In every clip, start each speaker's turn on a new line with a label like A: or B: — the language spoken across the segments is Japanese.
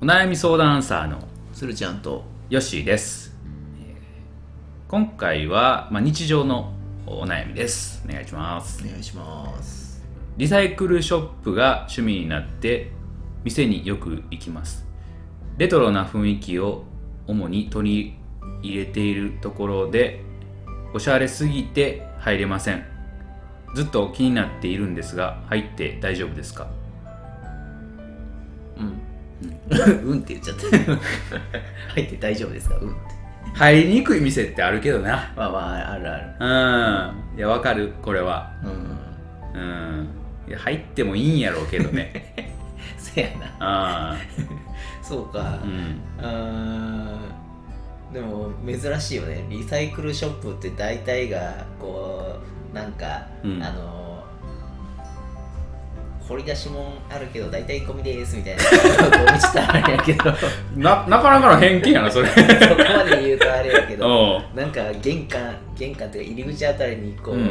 A: お悩み相談アンサーの
B: するちゃんと
A: ヨッシーですえー今回は、まあ、日常のお悩みですお願いします
B: お願いします
A: リサイクルショップが趣味になって店によく行きますレトロな雰囲気を主に取り入れているところでおしゃれすぎて入れませんずっと気になっているんですが入って大丈夫ですか
B: うんうんって言っちゃ った入って大丈夫ですかうんって
A: 入りにくい店ってあるけどな
B: まあまああるある
A: うんいやわかるこれは
B: うん
A: うんいや入ってもいいんやろうけどね
B: せやな
A: あ
B: そうか
A: あうん
B: うーんでも珍しいよねリサイクルショップって大体がこうなんか、
A: うん
B: あの掘り出しもんあるけど大体ゴミですみたい なゴミちょっとあれやけどそこ
A: ななかなかの偏見やなそ れ
B: まで言うとあれやけど
A: おう
B: なんか玄関玄関というか入り口あたりにこう、
A: うん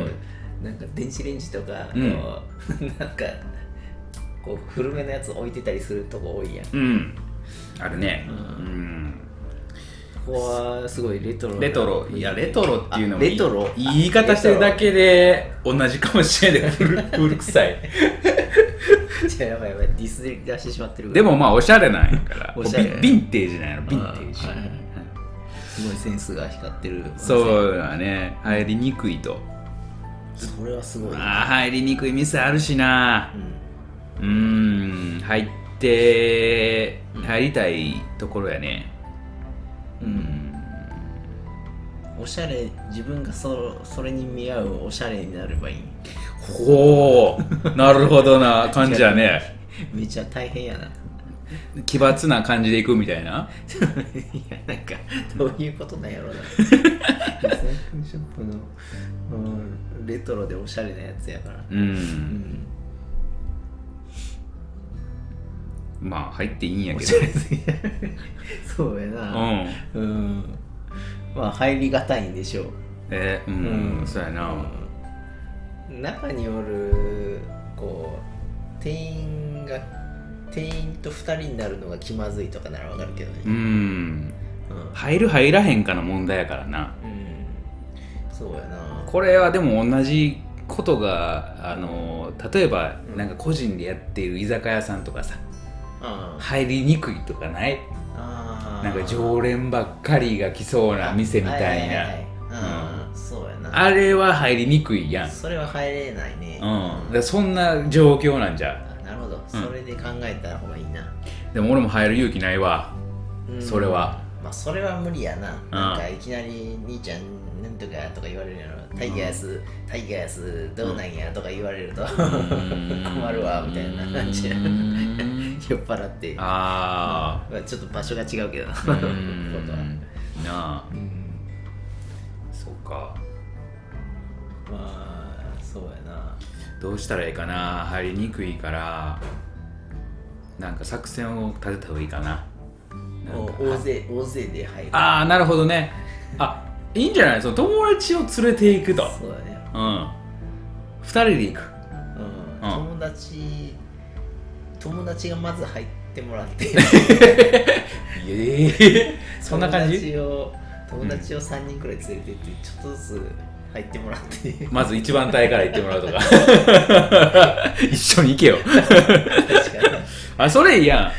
B: なんか電子レンジとか、
A: うん
B: こうなんかこう古めのやつ置いてたりするとこ多いやん
A: うんあるね
B: う
A: うん
B: ここはすごいレトロな
A: レトロいやレトロっていうのもいい
B: あレトロ
A: 言い方してるだけで同じかもしれない古古臭い
B: じゃあやばいやばいディスり出してしまってる
A: でもまあおしゃれなんやから
B: おしゃれ
A: こうビヴィンテージなんやろヴィンテージ
B: あーはいはいはいすごいセンスが光ってる
A: そうだね入りにくいと
B: それはすごい
A: あー入りにくい店あるしな
B: う
A: う
B: ん
A: ーん入って入りたいところやねうん
B: おしゃれ自分がそそれに見合うおしゃれになればいい
A: ほうなるほどな感じや ね
B: めっちゃ大変やない
A: 奇抜な感じでいくみたいな
B: やなんかどういうことなん やろうなリサイクルショップの、うん、レトロでおしゃれなやつやから
A: う
B: うんん
A: まあ入っていいんや
B: お
A: け
B: しゃ
A: ど
B: れすぎるそうや
A: う
B: なんうん、まあ入りがたいんでしょう
A: えーうん、
B: うん
A: そうやな
B: 中におるこう店員が店員と2人になるのが気まずいとかならわかるけど
A: う
B: ね
A: ん
B: うん、うん
A: 入る入らへんかの問題やからな
B: そうやな
A: これはでも同じことがあの例えばなんか個人でやっている居酒屋さんとかさ
B: あ
A: 入りにくいとかない
B: あ
A: なんか常連ばっかりが来そうな店みたい
B: ははは
A: な
B: はうんそうやな
A: あれは入りにくいやん、うん、
B: それは入れない
A: だ
B: ね
A: からそんな状況なんじゃ
B: なるほどそれで考えた方がいいな、
A: でも俺も入る勇気ないわ
B: うん
A: それは
B: まあそれは無理やな、なんかいきなり兄ちゃんなんとかとか言われるやろタイガース、タイガースどうなんやとか言われると困
A: 困
B: るわみたいな感じや酔 っ払ってま
A: あ
B: あちょっと場所が違うけどな
A: あう
B: 今度は
A: んなあそうか
B: まあそうやな
A: どうしたらいいかな入りにくいからなんか作戦を立てた方がいいかななんか
B: 大勢大勢で入る
A: ああなるほどねあいいんじゃないその友達を連れていくと
B: そうだね、
A: うん2人で行く
B: うん、
A: うん
B: 友達友達がまず入ってもらって
A: ええ そんな感
B: 友
A: じ
B: 達を友達を3人くらい連れてってちょっとずつ入っても らって、
A: まず一番隊から行ってもらうとか 一緒に行けよ
B: 確かに
A: あそれいいやん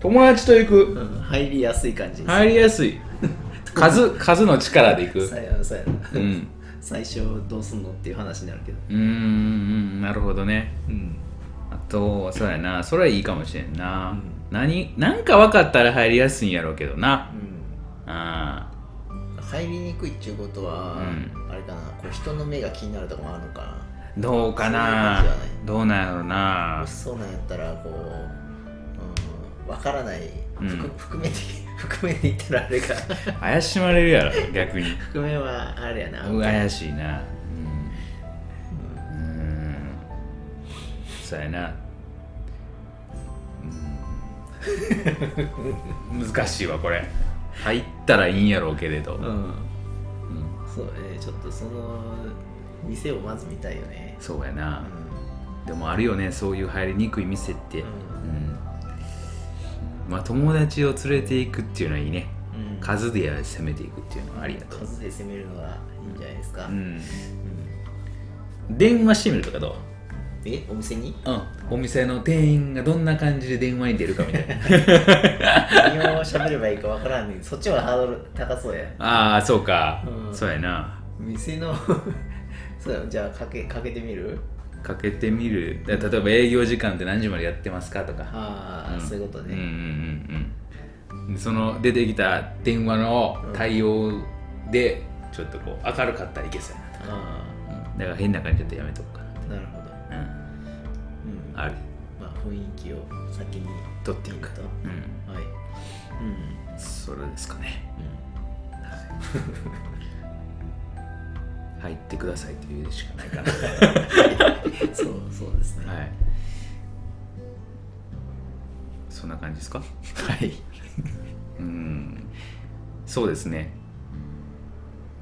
A: 友達と行く
B: うん入りやすい感じです、
A: 入りやすい 数数の力で行く
B: さやさや
A: うん
B: 最初どうすんのっていう話になるけど、
A: うーんなるほどね
B: うん、
A: あとそうやなそれはいいかもしれんな、
B: うん
A: 何なんか分かったら入りやすいんやろうけどなあ
B: 入りにくいっていうことは、
A: うん
B: あれかなこう人の目が気になるとかもあるのかな
A: ーどうか
B: そ
A: なん
B: な感じはない
A: どうなんやろうな
B: もしそうなんやったらこう、うん、分からない、
A: うん
B: 含 含めて含めて言ったらあれか
A: 怪しまれるやろ逆に
B: 含めはあれやな
A: うわ怪しいなうんうーんそうやなうん 難しいわこれ入ったらいいんやろうけれど、
B: うん
A: うん
B: そうねちょっとその店をまず見たいよね
A: そうや
B: う
A: な、
B: ん
A: でもあるよねそういう入りにくい店って、
B: うん
A: うんまあ友達を連れていくっていうのはいいね
B: うん
A: 数で攻めていくっていうのはありだと
B: 数で攻めるのがいいんじゃないですか、
A: うん
B: うん
A: 電話してみるとかどう
B: えお店に
A: うん、お店の店員がどんな感じで電話に出るかみたいな
B: 何を喋ればいいかわからん ねんそっちはハードル高そうや
A: ああそうか、
B: うん
A: そうやな
B: 店の そうやじゃあかけかけてみる
A: かけてみるだ例えば営業時間って何時までやってますかとか、
B: ああ、
A: ん
B: そういうこと
A: うん
B: ね、
A: うんうんうんその出てきた電話の対応でちょっとこう明るかったらいけそうやなと
B: あ
A: か、うんだから変な感じだとやめとこう
B: あなるほど、
A: かなうん
B: うん
A: ある
B: まあ、雰囲気を先に
A: 取っていく
B: と
A: うん
B: はいうん
A: それですかね入ってくださいというしかないかな
B: うん、そうそうですね
A: はいそんな感じですか
B: はい
A: うんそうですね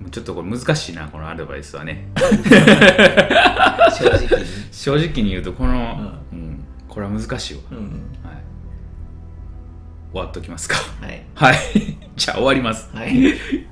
A: もうちょっとこれ難しいなこのアドバイスは ね
B: 正直に、
A: 正直に言うとこの、うんこれは難しいわ、
B: うん、
A: はい、終わっときますか
B: はい
A: はいじゃあ終わります
B: はい